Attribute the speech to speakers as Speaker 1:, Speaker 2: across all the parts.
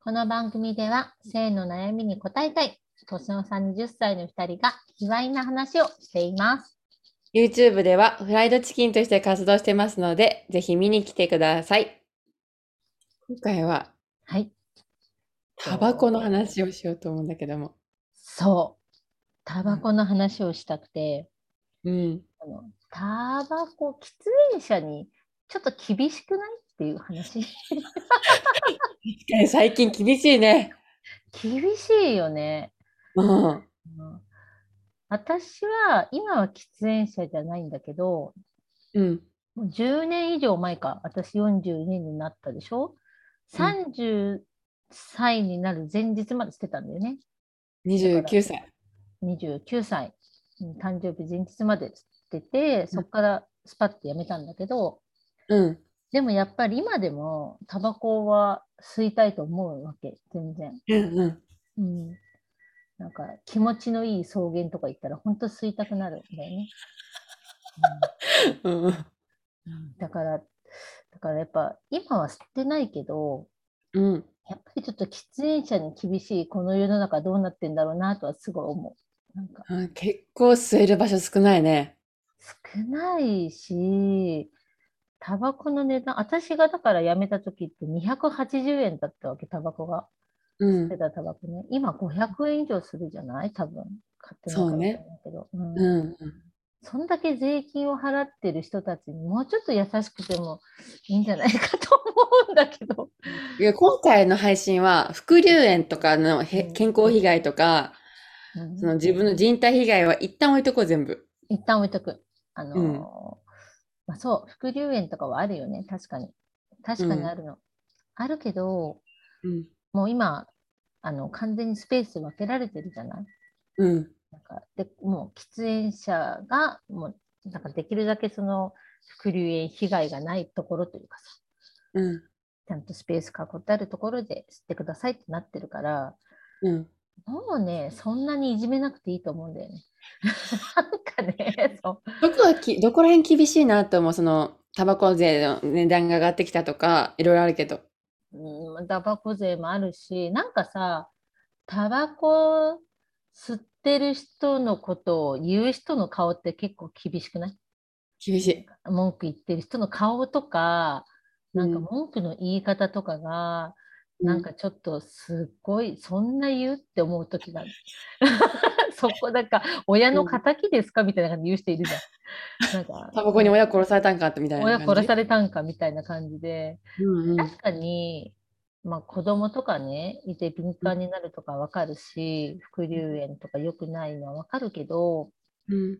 Speaker 1: この番組では性の悩みに答えたい年の差20歳の2人が卑猥な話をしています。
Speaker 2: YouTube ではフライドチキンとして活動してますので、ぜひ見に来てください。今回は
Speaker 1: はい、
Speaker 2: タバコの話をしようと思うんだけども。
Speaker 1: そう。タバコの話をしたくて、
Speaker 2: うん。
Speaker 1: あのタバコ喫煙者にちょっと厳しくないっていう話。
Speaker 2: 確かに最近厳しいね。
Speaker 1: 厳しいよね。
Speaker 2: うん。
Speaker 1: うん私は今は喫煙者じゃないんだけど、
Speaker 2: うん。
Speaker 1: もう10年以上前か、私42になったでしょ ?30 歳になる前日までしてたんだよね。
Speaker 2: 29歳。
Speaker 1: 29歳、うん誕生日前日までしてて、そこからスパッてやめたんだけど、
Speaker 2: うん。
Speaker 1: でもやっぱり今でもタバコは吸いたいと思うわけ、全然。
Speaker 2: うんうん。
Speaker 1: うん。なんか気持ちのいい草原とか行ったら本当吸いたくなるんだよね。
Speaker 2: うんうん。
Speaker 1: うんだから、だからやっぱ今は吸ってないけど、
Speaker 2: うん。
Speaker 1: やっぱりちょっと喫煙者に厳しいこの世の中どうなってんだろうなとはすごい思う。なんか
Speaker 2: あ結構吸える場所少ないね。
Speaker 1: 少ないし、タバコの値段、私がだから辞めた時って280円だったわけ、タバコが。
Speaker 2: う
Speaker 1: 捨て
Speaker 2: ん。
Speaker 1: たタバコね。今500円以上するじゃない多分。買ってないから
Speaker 2: そうね
Speaker 1: わかんないけど。うん
Speaker 2: うん。
Speaker 1: そんだけ税金を払ってる人たちにもうちょっと優しくてもいいんじゃないかと思うんだけど。
Speaker 2: いや今回の配信は、副流炎とかのへ
Speaker 1: うん
Speaker 2: 健康被害とか、
Speaker 1: うん
Speaker 2: その自分の人体被害は一旦置いとこう、全部。
Speaker 1: 一旦置いとく。あのー
Speaker 2: うん
Speaker 1: まあ、そう、副流炎とかはあるよね、確かに。確かにあるの。あるけど、
Speaker 2: うん。
Speaker 1: もう今、あの完全にスペース分けられてるじゃない
Speaker 2: うん。
Speaker 1: なんかでもう喫煙者がもうなんかできるだけその副流炎被害がないところというかさ、
Speaker 2: うん。
Speaker 1: ちゃんとスペース囲ってあるところで吸ってくださいってなってるから、
Speaker 2: うん。
Speaker 1: もうね、そんなにいじめなくていいと思うんだよね。 なんかね、そう。
Speaker 2: どこがき、どこら辺厳しいなと思う、その、タバコ税の値段が上がってきたとか、いろいろあるけど。
Speaker 1: うん、タバコ税もあるし、なんかさ、タバコ吸ってる人のことを言う人の顔って結構厳しくない
Speaker 2: 厳しい。
Speaker 1: 文句言ってる人の顔とか、なんか
Speaker 2: うん
Speaker 1: 文句の言い方とかが、なんかちょっとすっごい、そんな言うって思う時がある。 そこなんか、親の敵ですかみたいな感じで言う人いるじゃん。なんか、
Speaker 2: タバコに親殺されたんかみたいな
Speaker 1: 親
Speaker 2: 感じ。
Speaker 1: 殺されたんかみたいな感じで。
Speaker 2: うんうん
Speaker 1: 確かに、まあ、子供とかね、いて敏感になるとかわかるし、副流炎とか良くないのはわかるけど、
Speaker 2: うん。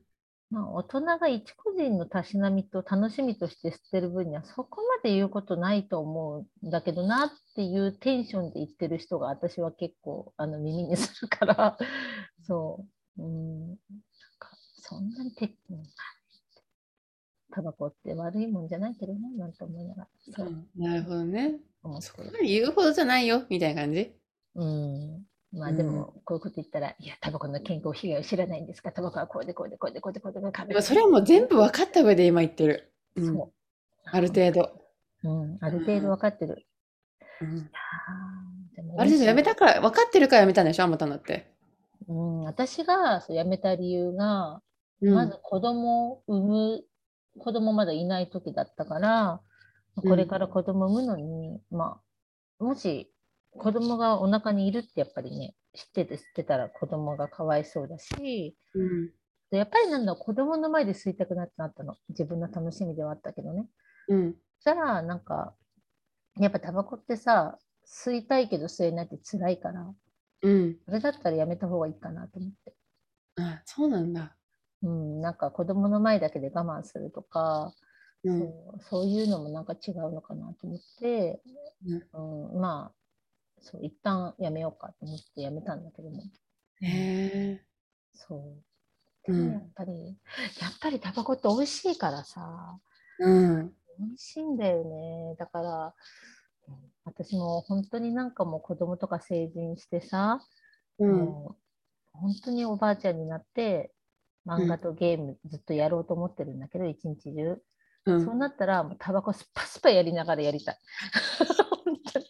Speaker 1: まあ、大人が一個人のたしなみと楽しみとして吸ってる分には、そこまで言うことないと思うんだけどなっていうテンションで言ってる人が私は結構あの耳にするから、 そう、うん、なんかそんなにて、うんタバコって悪いもんじゃないけどね、なんて思いながら、
Speaker 2: う
Speaker 1: そうん
Speaker 2: なるほどね。
Speaker 1: 思って
Speaker 2: そこまで言うほどじゃないよ、みたいな感じ。
Speaker 1: うん。まあ
Speaker 2: うん
Speaker 1: でも、こういうこと言ったら、いや、タバコの健康被害を知らないんですかタバコはこうでこうでこうでこうでこうでこうでこう
Speaker 2: で
Speaker 1: で
Speaker 2: もそれはもう全部分かった上で今言ってる。うん
Speaker 1: そう
Speaker 2: ある程度。
Speaker 1: うん、ある程度分かってる。
Speaker 2: うん
Speaker 1: あーでも
Speaker 2: ある程度やめたから、分かってるからやめたんでしょ、あまただって。
Speaker 1: うん、私がそうやめた理由が、
Speaker 2: うん
Speaker 1: まず子供を産む、子供まだいない時だったから、これから子供産むのに、まあ、もし子供がお腹にいるってやっぱりね、知ってて知ってたら子供がかわいそうだし、
Speaker 2: うん
Speaker 1: でやっぱりなんだ、子供の前で吸いたくなってなったの。自分の楽しみではあったけどね。
Speaker 2: うん。
Speaker 1: そしたら、なんか、やっぱタバコってさ、吸いたいけど吸えないって辛いから、
Speaker 2: うん。
Speaker 1: それだったらやめた方がいいかなと思って。
Speaker 2: あ、そうなんだ。
Speaker 1: うん、なんか子供の前だけで我慢するとか、
Speaker 2: う
Speaker 1: そ
Speaker 2: ん。
Speaker 1: うそういうのもなんか違うのかなと思って、うん、まあ、そう、一旦やめようかと思ってやめたんだけども。
Speaker 2: へえ。
Speaker 1: そう。
Speaker 2: う
Speaker 1: で
Speaker 2: ん
Speaker 1: もやっぱり、やっぱりタバコって美味しいからさ、
Speaker 2: うん。
Speaker 1: 美味しいんだよね。だから、うん私も本当になんかもう子供とか成人してさ、
Speaker 2: うん。
Speaker 1: もう本当におばあちゃんになって、漫画とゲームずっとやろうと思ってるんだけど、一日中。
Speaker 2: うん
Speaker 1: そうなったら、もうタバコスパスパやりながらやりたい。本当に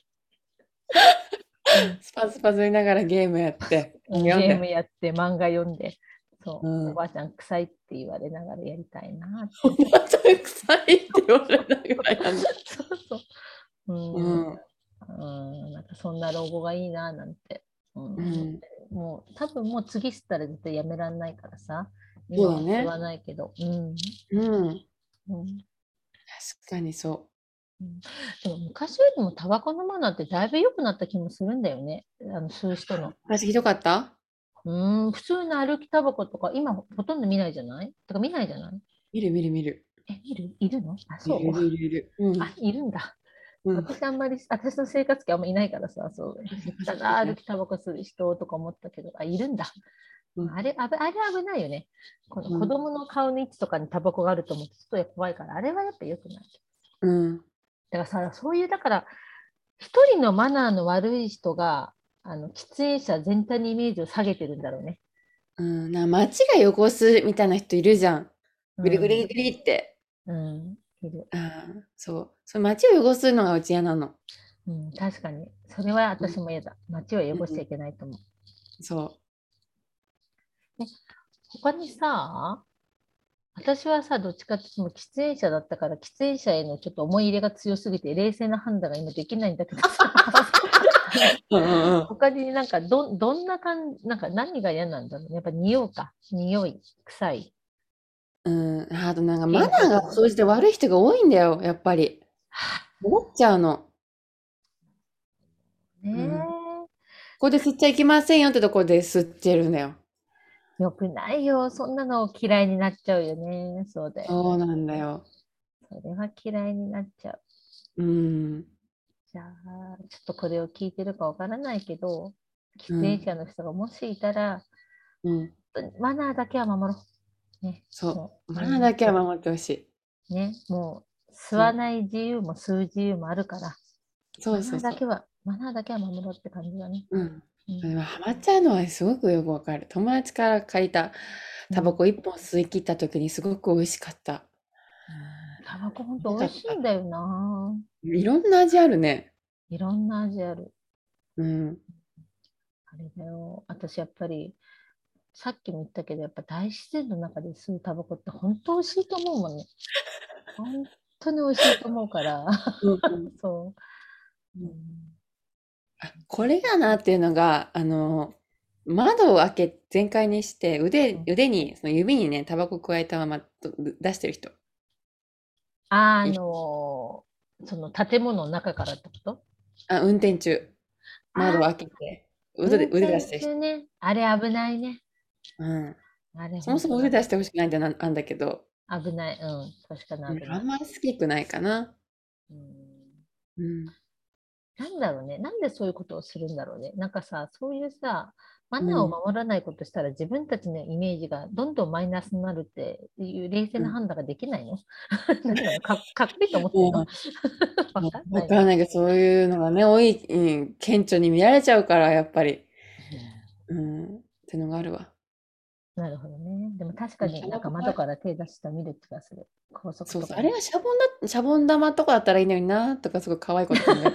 Speaker 2: パズパズ言いながらゲームや って。
Speaker 1: ゲ
Speaker 2: 読ん
Speaker 1: ーム
Speaker 2: で
Speaker 1: やって漫画読んで、そう、
Speaker 2: うん
Speaker 1: おばあちゃん臭いって言われながらやりたいな って。
Speaker 2: おばあちゃん臭いって言われながらやんだ。
Speaker 1: そうそう。う。
Speaker 2: うんん。
Speaker 1: うん、なんかそんな老後がいいななんて。うん
Speaker 2: うん。
Speaker 1: もう多分もう次知ったら絶対やめらんないからさ。
Speaker 2: そうだね
Speaker 1: 今は言わないけど。うん。
Speaker 2: うん。
Speaker 1: うん
Speaker 2: 確かにそ
Speaker 1: でも昔よりもタバコのマナーってだいぶ良くなった気もするんだよね。あの吸う人の。
Speaker 2: う。私ひどかった
Speaker 1: うん、普通の歩きタバコとか今ほとんど見ないじゃないとか見ないじゃない
Speaker 2: 見る見る見る。
Speaker 1: え、いるいるのあ、そう。
Speaker 2: いるいるいる。うん。
Speaker 1: あ、いるんだ。
Speaker 2: うん、
Speaker 1: 私あんまり、私の生活圏あんまいないからさ、そう。ただ歩きタバコする人とか思ったけど、あ、いるんだ。
Speaker 2: うん
Speaker 1: あれ、あぶあれ危ないよね。こ
Speaker 2: う
Speaker 1: の
Speaker 2: ん
Speaker 1: 子供の顔の位置とかにタバコがあると思って、ちょっと怖いから、あれはやっぱ良くない。
Speaker 2: うん。
Speaker 1: だからさ、そういう、だから、一人のマナーの悪い人が、あの喫煙者全体にイメージを下げてるんだろうね。
Speaker 2: うん、な街が汚すみたいな人いるじゃん。ぐりぐりぐりって。
Speaker 1: うん、いる。
Speaker 2: ああ、そう。その街を汚すのがうち嫌なの。
Speaker 1: うん、確かに。それは私も嫌だ。街は汚しちゃいけないと思う。
Speaker 2: そ
Speaker 1: 他にさ、私はさ、どっちかっていうともう喫煙者だったから、喫煙者へのちょっと思い入れが強すぎて、冷静な判断が今できないんだけ どさ、
Speaker 2: う。うんうんうん。
Speaker 1: 他になんかど、どんな感じ、なんか何が嫌なんだろうね。やっぱ匂うか。匂い、臭い。
Speaker 2: うん、あとなんかマナーが総じて悪い人が多いんだよ、やっぱり。思っちゃうの。
Speaker 1: ねえ、
Speaker 2: ここで吸っちゃいけませんよってとこで吸ってるんだよ。
Speaker 1: よくないよ。そんなの嫌いになっちゃうよね。そうだよ。
Speaker 2: そうなんだよ。
Speaker 1: それは嫌いになっちゃう。
Speaker 2: うん。
Speaker 1: じゃあ、ちょっとこれを聞いてるかわからないけど、喫煙者の人がもしいたら、
Speaker 2: うん。
Speaker 1: マナーだけは守ろう。ね。
Speaker 2: そ
Speaker 1: そう
Speaker 2: う。マナーだけは守ってほしい。
Speaker 1: ね、もう吸わない自由も吸う自由もあるから、
Speaker 2: そうそ
Speaker 1: マナ
Speaker 2: うそ
Speaker 1: ーだけ
Speaker 2: う。
Speaker 1: は、マナーだけは守ろうって感じだね。
Speaker 2: うん。
Speaker 1: うん
Speaker 2: でもハマっちゃうのはすごくよくわかる。友達から借りたタバコ一本吸い切った時にすごく美味しかった。
Speaker 1: タバコほんと美味しいんだよな。
Speaker 2: いろんな味あるね。
Speaker 1: いろんな味ある。
Speaker 2: うん。
Speaker 1: あれだよ。私やっぱり、さっきも言ったけど、やっぱ大自然の中で吸うタバコって本当美味しいと思う もんね。本当に美味しいと思うから。 そう。うん
Speaker 2: あこれやなっていうのが、あの、窓を開け全開にして腕
Speaker 1: うん、
Speaker 2: 腕に、その指にね、タバコ加えたままと出してる人。
Speaker 1: あのーその建物の中からってこと
Speaker 2: あ、運転中。窓を開けて、腕で、腕出してる人。
Speaker 1: 運転中ね。あれ危ないね。
Speaker 2: うん。
Speaker 1: あれ
Speaker 2: そもそも
Speaker 1: 本当
Speaker 2: 腕
Speaker 1: だ
Speaker 2: 出してほしくないんだな、あんだけど、
Speaker 1: 危ない、うん、確かに危な
Speaker 2: あ
Speaker 1: い
Speaker 2: ん。まり好きくないかな。
Speaker 1: うん
Speaker 2: うん。
Speaker 1: なんだろうね、なんでそういうことをするんだろうね。なんかさ、そういうさ、マナーを
Speaker 2: うん
Speaker 1: 守らないことしたら自分たちのイメージがどんどんマイナスになるっていう冷静な判断ができないの、 なんだろうかかっこいいと思ってるの わかんな
Speaker 2: わ
Speaker 1: い。
Speaker 2: からないけど、そういうのがね、多い、うん、顕著に見られちゃうから、やっぱり。うん。ってのがあるわ。
Speaker 1: なるほどね。でも確かになんか窓から手出した見る気がする。高速
Speaker 2: そう
Speaker 1: と
Speaker 2: そ
Speaker 1: か
Speaker 2: う。
Speaker 1: ね
Speaker 2: あれはシャボンだ、シャボン玉とかだったらいいのにな、とか、すごい可愛いこと考えて。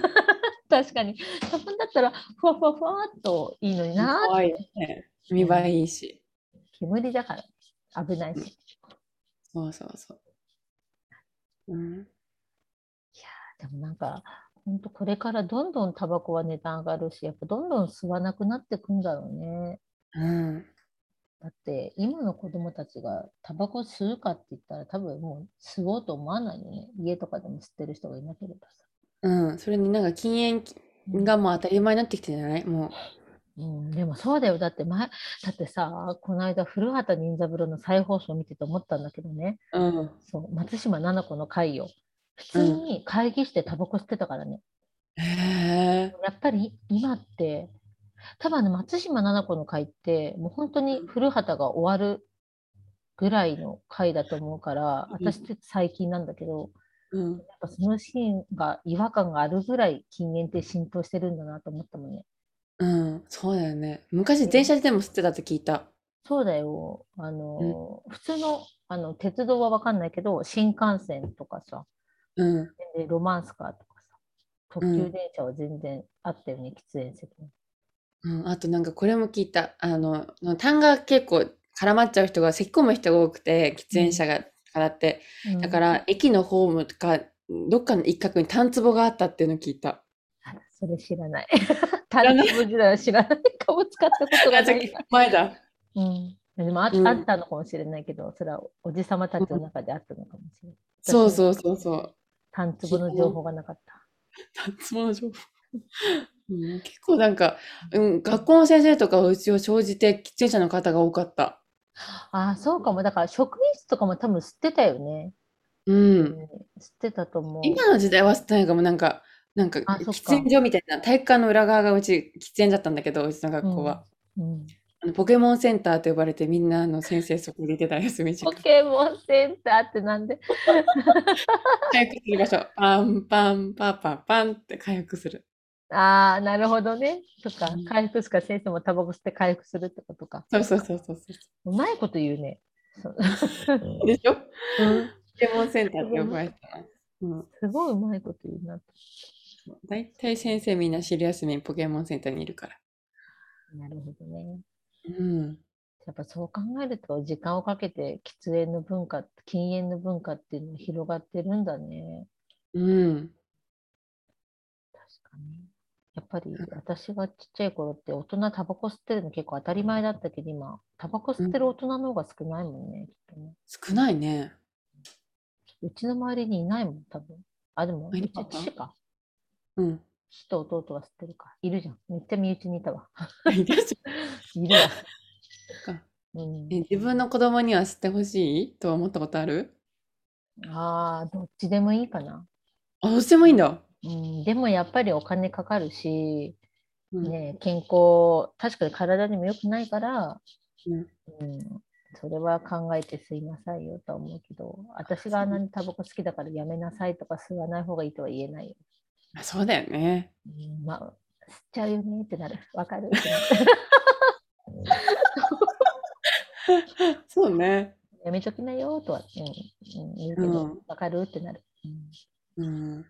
Speaker 1: 確かに。そこだったらふわふわふわっと いいのにな
Speaker 2: 可
Speaker 1: ーっ
Speaker 2: 愛い
Speaker 1: て
Speaker 2: よね。見栄えいいし。
Speaker 1: 煙だから危ないし。
Speaker 2: そうそうそう。うん。
Speaker 1: でもなんか、本当これからどんどんタバコは値段上がるし、やっぱどんどん吸わなくなってくんだろうね。
Speaker 2: うん。
Speaker 1: だって、今の子供たちがタバコ吸うかって言ったら、多分もう吸おうと思わないよね。家とかでも吸ってる人がいなければさ。
Speaker 2: うん。それになんか禁煙がもう当たり前になってきてるんじゃないも
Speaker 1: うん、でもそうだよ。だって前、だってさ、この間、古畑任三郎の再放送見てて思ったんだけどね、
Speaker 2: う。うん。
Speaker 1: そう松島菜々子の回を、普通に会議してタバコ吸ってたからね。
Speaker 2: へえ。
Speaker 1: やっぱり今って、多分あの松島菜々子の回って、もう本当に古畑が終わるぐらいの回だと思うから、
Speaker 2: うん
Speaker 1: 私って最近なんだけど、
Speaker 2: うん。
Speaker 1: やっぱそのシーンが違和感があるぐらい禁煙って浸透してるんだなと思ったもんね。
Speaker 2: うん。そうだよね。昔、電車でも吸ってたって聞いた。
Speaker 1: そうだよ。あの、普通の、あの、鉄道はわかんないけど、新幹線とかさ、
Speaker 2: うん。
Speaker 1: でロマンスカーとかさ、特
Speaker 2: うん
Speaker 1: 急電車は全然あったよね、喫煙席に。
Speaker 2: うん、あとなんかこれも聞いた。あの、の痰が結構絡まっちゃう人が、咳込む人が多くて、喫煙者がからって。
Speaker 1: うん
Speaker 2: だから、駅のホームとか、どっかの一角に痰壺があったっていうのを聞いた。
Speaker 1: あらそれ知ら ない。
Speaker 2: ら
Speaker 1: 単
Speaker 2: ない
Speaker 1: 純無事ら知らないかも使ったことがない。
Speaker 2: 前だ。
Speaker 1: うん、でもあ,、
Speaker 2: うん
Speaker 1: あったのかもしれないけど、それはおじさまたちの中であったのかもしれない。
Speaker 2: そうそうそうそう。
Speaker 1: 単粒の情報がなかった。
Speaker 2: 痰壺の情報。うん、結構なんか、うん、学校の先生とかはうちを生じて喫煙者の方が多かった。
Speaker 1: ああ、そうかも。だから職員室とかも多分吸ってたよね。
Speaker 2: うん。
Speaker 1: 吸ってたと思う。
Speaker 2: 今の時代はなんかもうなんか、なんか
Speaker 1: あそっか
Speaker 2: 喫煙所みたいな、体育館の裏側がうち喫煙だったんだけど、うちの学校は。
Speaker 1: うん、うん
Speaker 2: あのポケモンセンターと呼ばれてみんなあの先生そこでいてた休み時
Speaker 1: ポ
Speaker 2: 間。
Speaker 1: ケモンセンターってなんで
Speaker 2: 回復する場所。パンパンパパパンって回復する。
Speaker 1: ああ、なるほどね。とか
Speaker 2: うん、
Speaker 1: 回復すか、先生もタバコ吸って回復するってことか。
Speaker 2: そうそうそうそうそう
Speaker 1: まいこと言うね。そう
Speaker 2: う。でしょポ
Speaker 1: うん
Speaker 2: ケモンセンターって呼ばれてたな。うん、
Speaker 1: すごいうまいこと言うな。
Speaker 2: 大体先生みんな昼休みにポケモンセンターにいるから。
Speaker 1: なるほどね。
Speaker 2: うん。
Speaker 1: やっぱそう考えると、時間をかけて喫煙の文化、禁煙の文化っていうのが広がってるんだね。
Speaker 2: うん。
Speaker 1: 確かに。やっぱり私がちっちゃい頃って大人タバコ吸ってるの結構当たり前だったけど、今、タバコ吸ってる大人の方が少ないもんね、きっとね。
Speaker 2: 少ないね。
Speaker 1: うちの周りにいないもん、多分。あ、でも、
Speaker 2: あいうな
Speaker 1: ち
Speaker 2: かった
Speaker 1: 父か。
Speaker 2: うん。
Speaker 1: 父と弟は吸ってるか。いるじゃん。めっちゃ身内にいたわ。
Speaker 2: いやそ
Speaker 1: いるわ。
Speaker 2: っか
Speaker 1: うん
Speaker 2: え、自分の子供には知ってほしいとは思ったことある
Speaker 1: ああ、どっちでもいいかな。
Speaker 2: あ、どうしてもいいんだ。
Speaker 1: うん、でもやっぱりお金かかるし、
Speaker 2: うん
Speaker 1: ね、健康、確かに体にも良くないから、
Speaker 2: うん
Speaker 1: うん、それは考えてすいなさいよとは思うけど、私があんなにタバコ好きだからやめなさいとか吸わない方がいいとは言えないよ。
Speaker 2: まあそうだよね。
Speaker 1: うん、まあ、吸っちゃうよねってなる。わかる ってなる
Speaker 2: そうね。
Speaker 1: やめときなよとは、うんうん、言うけ
Speaker 2: う
Speaker 1: ど
Speaker 2: ん、
Speaker 1: わかるってなる。
Speaker 2: うん。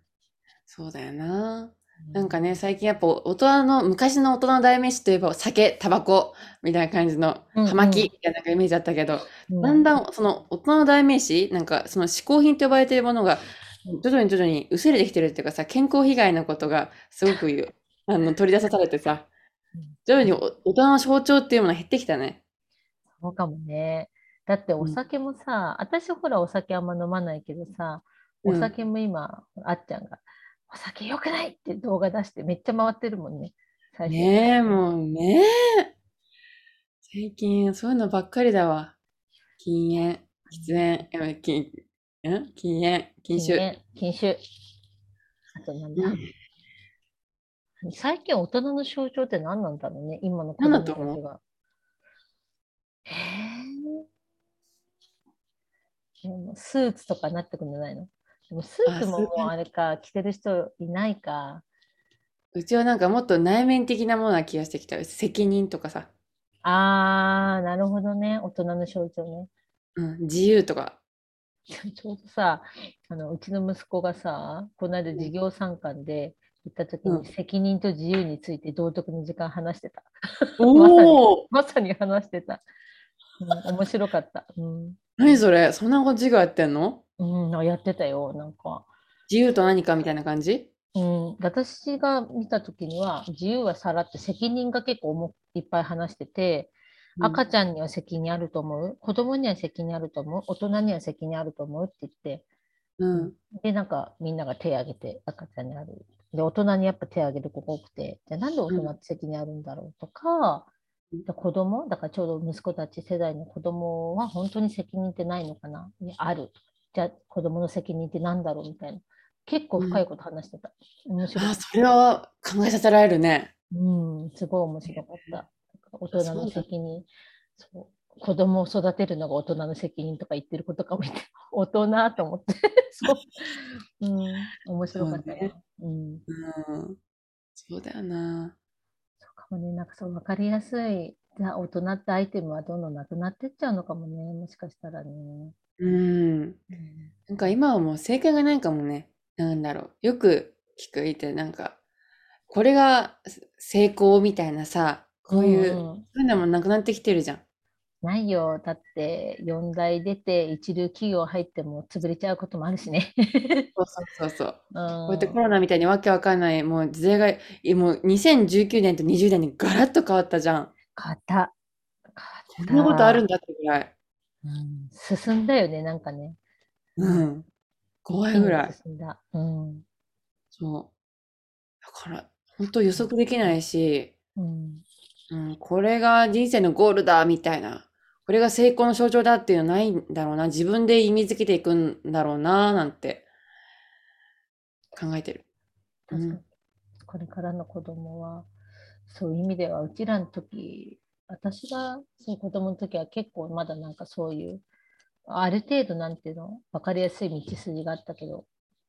Speaker 2: そうだよな。なんかね、最近やっぱ大人の、昔の大人の代名詞といえば酒、タバコみたいな感じの、
Speaker 1: うんうん
Speaker 2: 葉巻みたいなイメージだったけど、
Speaker 1: う、
Speaker 2: だんだんその大人の代名詞、なんかその嗜好品と呼ばれているものが、徐々に徐々に薄れてきてるっていうかさ、健康被害のことがすごく言うあの取り出さされてさ
Speaker 1: うん、
Speaker 2: 徐々にお大人の象徴っていうものが減ってきたね。
Speaker 1: そうかもね。だってお酒もさ、私ほらお酒あんま飲まないけどさ、
Speaker 2: うん
Speaker 1: お酒も今、あっちゃんが、お酒良くないって動画出してめっちゃ回ってるもんね。最初
Speaker 2: ねえ、もうねえ。最近そういうのばっかりだわ。禁煙、喫煙、え禁ん禁煙、禁
Speaker 1: 禁
Speaker 2: 酒。
Speaker 1: 煙禁酒。あとなんだ、
Speaker 2: うん
Speaker 1: 最近大人の象徴って何なんだろうね、今の子供
Speaker 2: 何だ
Speaker 1: た
Speaker 2: と
Speaker 1: ち
Speaker 2: 思う
Speaker 1: が。へえ。でもスーツとかになってくんじゃないのでもスーツもも
Speaker 2: あスーツ
Speaker 1: うあれか、着てる人いないか。
Speaker 2: うちはなんかもっと内面的なものな気がしてきた。責任とかさ、
Speaker 1: あー、なるほどね。大人の象徴ね。
Speaker 2: うん、自由とか。
Speaker 1: ちょうどさ、あのうちの息子がさ、この間授業参観で行った時
Speaker 2: うん
Speaker 1: に責任と自由について道徳の時間話してた。
Speaker 2: おお
Speaker 1: まさに話してた。うん、面白かった。うん
Speaker 2: 何それそんな自我やってんの
Speaker 1: うん、やってたよ、なんか。
Speaker 2: 自由と何かみたいな感じ
Speaker 1: うん、私が見た時には自由はさらって責任が結構重いっぱい話してて、赤ちゃんには責任あると思う子供には責任あると思う大人には責任あると思うって言って
Speaker 2: うん。
Speaker 1: で、なんかみんなが手挙げて赤ちゃんにある。で、大人にやっぱ手挙げる子が多くて、じゃあなんで大人って責任あるんだろうとか、
Speaker 2: うん
Speaker 1: で子供、だからちょうど息子たち世代の子供は本当に責任ってないのかなにある。じゃあ子供の責任ってなんだろうみたいな。結構深いこと話してた。面白
Speaker 2: あ、
Speaker 1: い。
Speaker 2: それは考えさせられるね。
Speaker 1: うん、すごい面白かった。大人の責任。そう子供を育てるのが大人の責任とか言ってることかもいて、大人と思って、そう。うん、面白かった
Speaker 2: そうね
Speaker 1: ね。うん。
Speaker 2: うん。そうだよな。
Speaker 1: そうかもね、なんかそう、わかりやすい、な大人ってアイテムはどんどんなくなってっちゃうのかもね、もしかしたらね。
Speaker 2: うん。なんか今はもう正解がないかもね。なんだろう。よく聞くいて、なんか、これが成功みたいなさ、こうい
Speaker 1: ん
Speaker 2: う、
Speaker 1: ん
Speaker 2: そういうのもなくなってきてるじゃん。
Speaker 1: ないよ。だって、4大出て、一流企業入っても潰れちゃうこともあるしね。
Speaker 2: そうそうそうそう。こ
Speaker 1: こ
Speaker 2: うやってコロナみたいにわけわかんない、もう時代が、えもう2019年と20年にガラッと変わったじゃん。
Speaker 1: 変わった。
Speaker 2: こ
Speaker 1: 変わった
Speaker 2: んなことあるんだってぐらい。
Speaker 1: うん進んだよね、なんかね。
Speaker 2: うん。怖いぐらい。
Speaker 1: 進んだ。うん。
Speaker 2: そう。だから、本当予測できないし、
Speaker 1: うん。
Speaker 2: うん、これが人生のゴールだ、みたいな。これが成功の象徴だっていうのはないんだろうな。自分で意味づけていくんだろうな、なんて考えてる。
Speaker 1: 確かに
Speaker 2: うん
Speaker 1: これからの子供は、そういう意味では、うちらの時、私がそう子供の時は結構まだなんかそういう、ある程度なんていうの、分かりやすい道筋があったけど、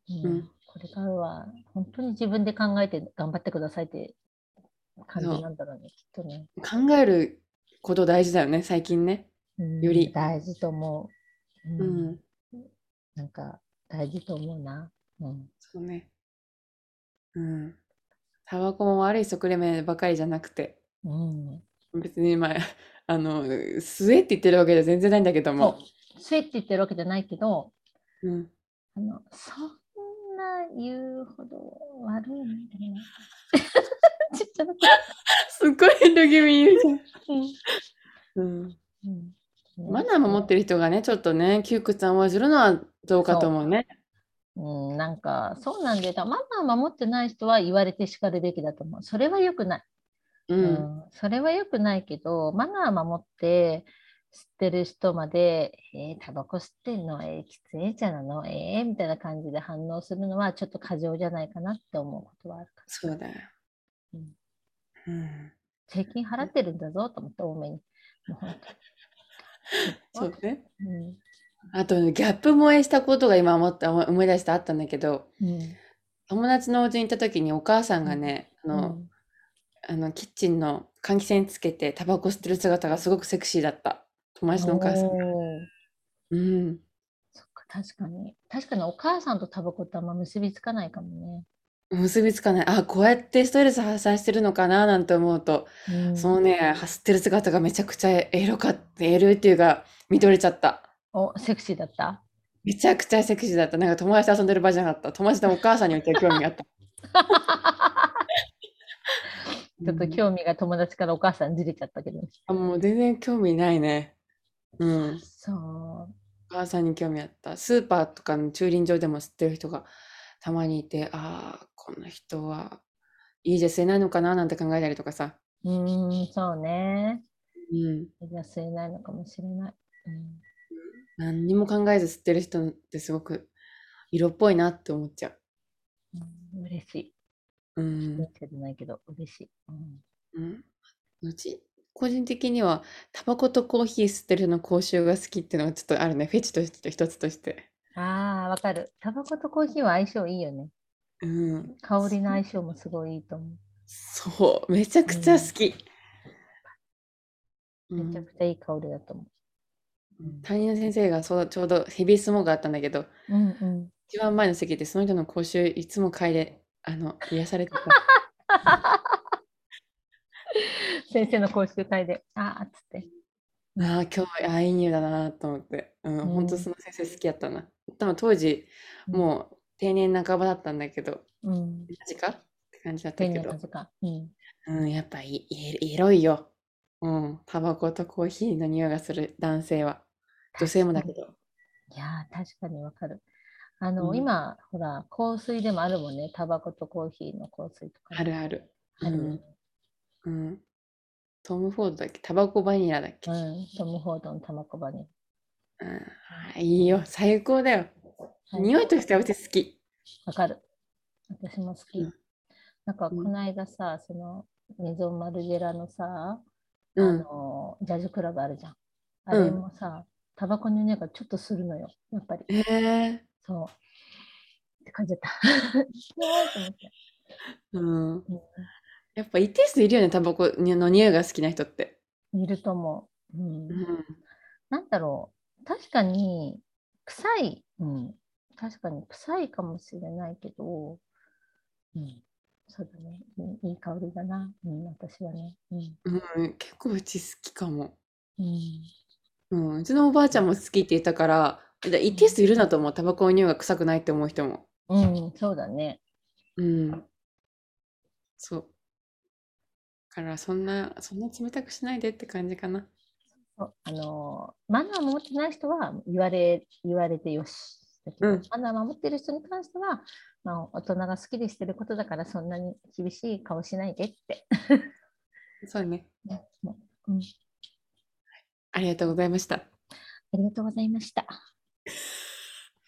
Speaker 1: うん
Speaker 2: うん
Speaker 1: これからは本当に自分で考えて頑張ってくださいって感じなんだろうね、きっとね。
Speaker 2: 考えること大事だよね、最近ね。
Speaker 1: うん
Speaker 2: より
Speaker 1: 大事と思う。うん
Speaker 2: うん。
Speaker 1: なんか大事と思うな。うん、
Speaker 2: そうね。うん。タバコも悪い側面ばかりじゃなくて、
Speaker 1: うん、
Speaker 2: 別にまあ、 あの、吸えって言ってるわけじゃ全然ないんだけども。
Speaker 1: そう、せって言ってるわけじゃないけど、
Speaker 2: うん。
Speaker 1: あのそんな言うほど悪いみたいな。ちっちゃな声
Speaker 2: すっごい遠慮気味に言うじゃん。うん。
Speaker 1: うん
Speaker 2: マナーも持ってる人がね、ちょっとね、窮屈な思いするのはどうかと思うね。
Speaker 1: うん、なんかそうなんでマナー守ってない人は言われて叱るべきだと思うそれは良くない、
Speaker 2: う。
Speaker 1: うんそれは良くないけどマナー守って吸ってる人まで「えー、タバコ吸ってんのえー、喫煙者なのえー、みたいな感じで反応するのはちょっと過剰じゃないかなって思うことはあるか
Speaker 2: そうだよ。
Speaker 1: うん
Speaker 2: うん。
Speaker 1: 税金払ってるんだぞと思って多めに。もう本
Speaker 2: そうね。
Speaker 1: 当うん
Speaker 2: あと、ギャップ萌えしたことが今思った、思い出したあったんだけど、
Speaker 1: うん
Speaker 2: 友達のお家に行った時にお母さんがね、あの、あのキッチンの換気扇つけてタバコ吸ってる姿がすごくセクシーだった友達のお母さんが
Speaker 1: おー
Speaker 2: うん
Speaker 1: そっか確かに確かにお母さんとタバコってあんま結びつかないかも
Speaker 2: 結びつかないあこうやってストレス発散してるのかななんて思うと、
Speaker 1: ね、うん
Speaker 2: そのね吸ってる姿がめちゃくちゃエロかったエロいっていうか見とれちゃった
Speaker 1: おセクシーだった
Speaker 2: めちゃくちゃセクシーだったなんか友達と遊んでる場合じゃなかった友達とお母さんにめっちゃ興味があった
Speaker 1: ちょっと興味が友達からお母さんずれちゃったけど、
Speaker 2: うんあもう全然興味ないねうん
Speaker 1: そ
Speaker 2: お母さんに興味あった。スーパーとかの駐輪場でも吸ってる人がたまにいて、ああ、この人は家じゃ吸えないのかななんて考えたりとかさ。
Speaker 1: ううーんそうね
Speaker 2: うん。
Speaker 1: じゃ吸えないのかもしれない、うん、
Speaker 2: 何にも考えず吸ってる人ってすごく色っぽいなって思っちゃ
Speaker 1: うん嬉しい。
Speaker 2: う。うん
Speaker 1: 見。てないけど、嬉しい。うん、
Speaker 2: うん、うち、個人的にはタバコとコーヒー吸ってる人の口臭が好きっていうのがちょっとあるね。フェチとして一つとして。
Speaker 1: ああ、わかる。タバコとコーヒーは相性いいよね。
Speaker 2: うん。
Speaker 1: 香りの相性もすごいいいと思
Speaker 2: そう。めちゃくちゃ好き。
Speaker 1: う。めちゃくちゃいい香りだと思う。
Speaker 2: 担任の先生がそうちょうどヘビースモークがあったんだけど
Speaker 1: うんうん。
Speaker 2: 一番前の席でその人の口臭いつも嗅いであの癒されて た
Speaker 1: 先生の講習会で、ああっつって。
Speaker 2: ああ今日ああいい匂いだなと思って、うん
Speaker 1: ん
Speaker 2: 本当その先生好きやったな多分当時もう定年半ばだったんだけど
Speaker 1: うん。
Speaker 2: マジかって感じだった
Speaker 1: 天
Speaker 2: け
Speaker 1: の
Speaker 2: ど、
Speaker 1: 風か。うん。
Speaker 2: うん、やっぱいいエロいよ、うん、タバコとコーヒーの匂いがする男性は女性もだけど
Speaker 1: いやー、確かにわかる。あの、
Speaker 2: うん
Speaker 1: 今、ほら、香水でもあるもんね。タバコとコーヒーの香水とか。
Speaker 2: あるある、
Speaker 1: ある。
Speaker 2: うん、トム・フォードだっけタバコバニラだっけ、
Speaker 1: うん。トム・フォードのタバコバに。
Speaker 2: うんあいいよ、最高だよ。
Speaker 1: はい
Speaker 2: 匂いとしてはうち好き。
Speaker 1: わかる。私も好き。
Speaker 2: うん
Speaker 1: なんか、
Speaker 2: う
Speaker 1: こ
Speaker 2: ん
Speaker 1: の間さ、その、メゾン・マルジェラのさ、あ
Speaker 2: うん。
Speaker 1: の、ジャズクラブあるじゃん。あ
Speaker 2: うん
Speaker 1: れもさ、タバコの匂いがちょっとするのよ。やっぱり。
Speaker 2: へえ
Speaker 1: そう。って感じだった。 うわーと思って
Speaker 2: うん。
Speaker 1: うん
Speaker 2: やっぱ一定数いるよね、タバコの匂いが好きな人って。
Speaker 1: いると思う。うん
Speaker 2: う、ん。
Speaker 1: なんだろう。確かに、臭い。うん。確かに臭いかもしれないけど、うん。そうだね。うんいい香りだな。うん、私はね。うん。
Speaker 2: うん、結構うち好きかも。
Speaker 1: うん、
Speaker 2: うん、うちのおばあちゃんも好きって言ったから、だ一定数いるなと思う。タバコの匂いが臭くないって思う人も。
Speaker 1: うん、そうだね。
Speaker 2: うん。そう。だから、そんな、そんな冷たくしないでって感じかな。
Speaker 1: そうあのーマナーを守ってない人は言われ言われてよし。だけど
Speaker 2: うん
Speaker 1: マナーを守ってる人に関しては、まあ、大人が好きでしてることだからそんなに厳しい顔しないでって。
Speaker 2: そうね。
Speaker 1: もう
Speaker 2: ありがとうございました。
Speaker 1: ありがとうございました。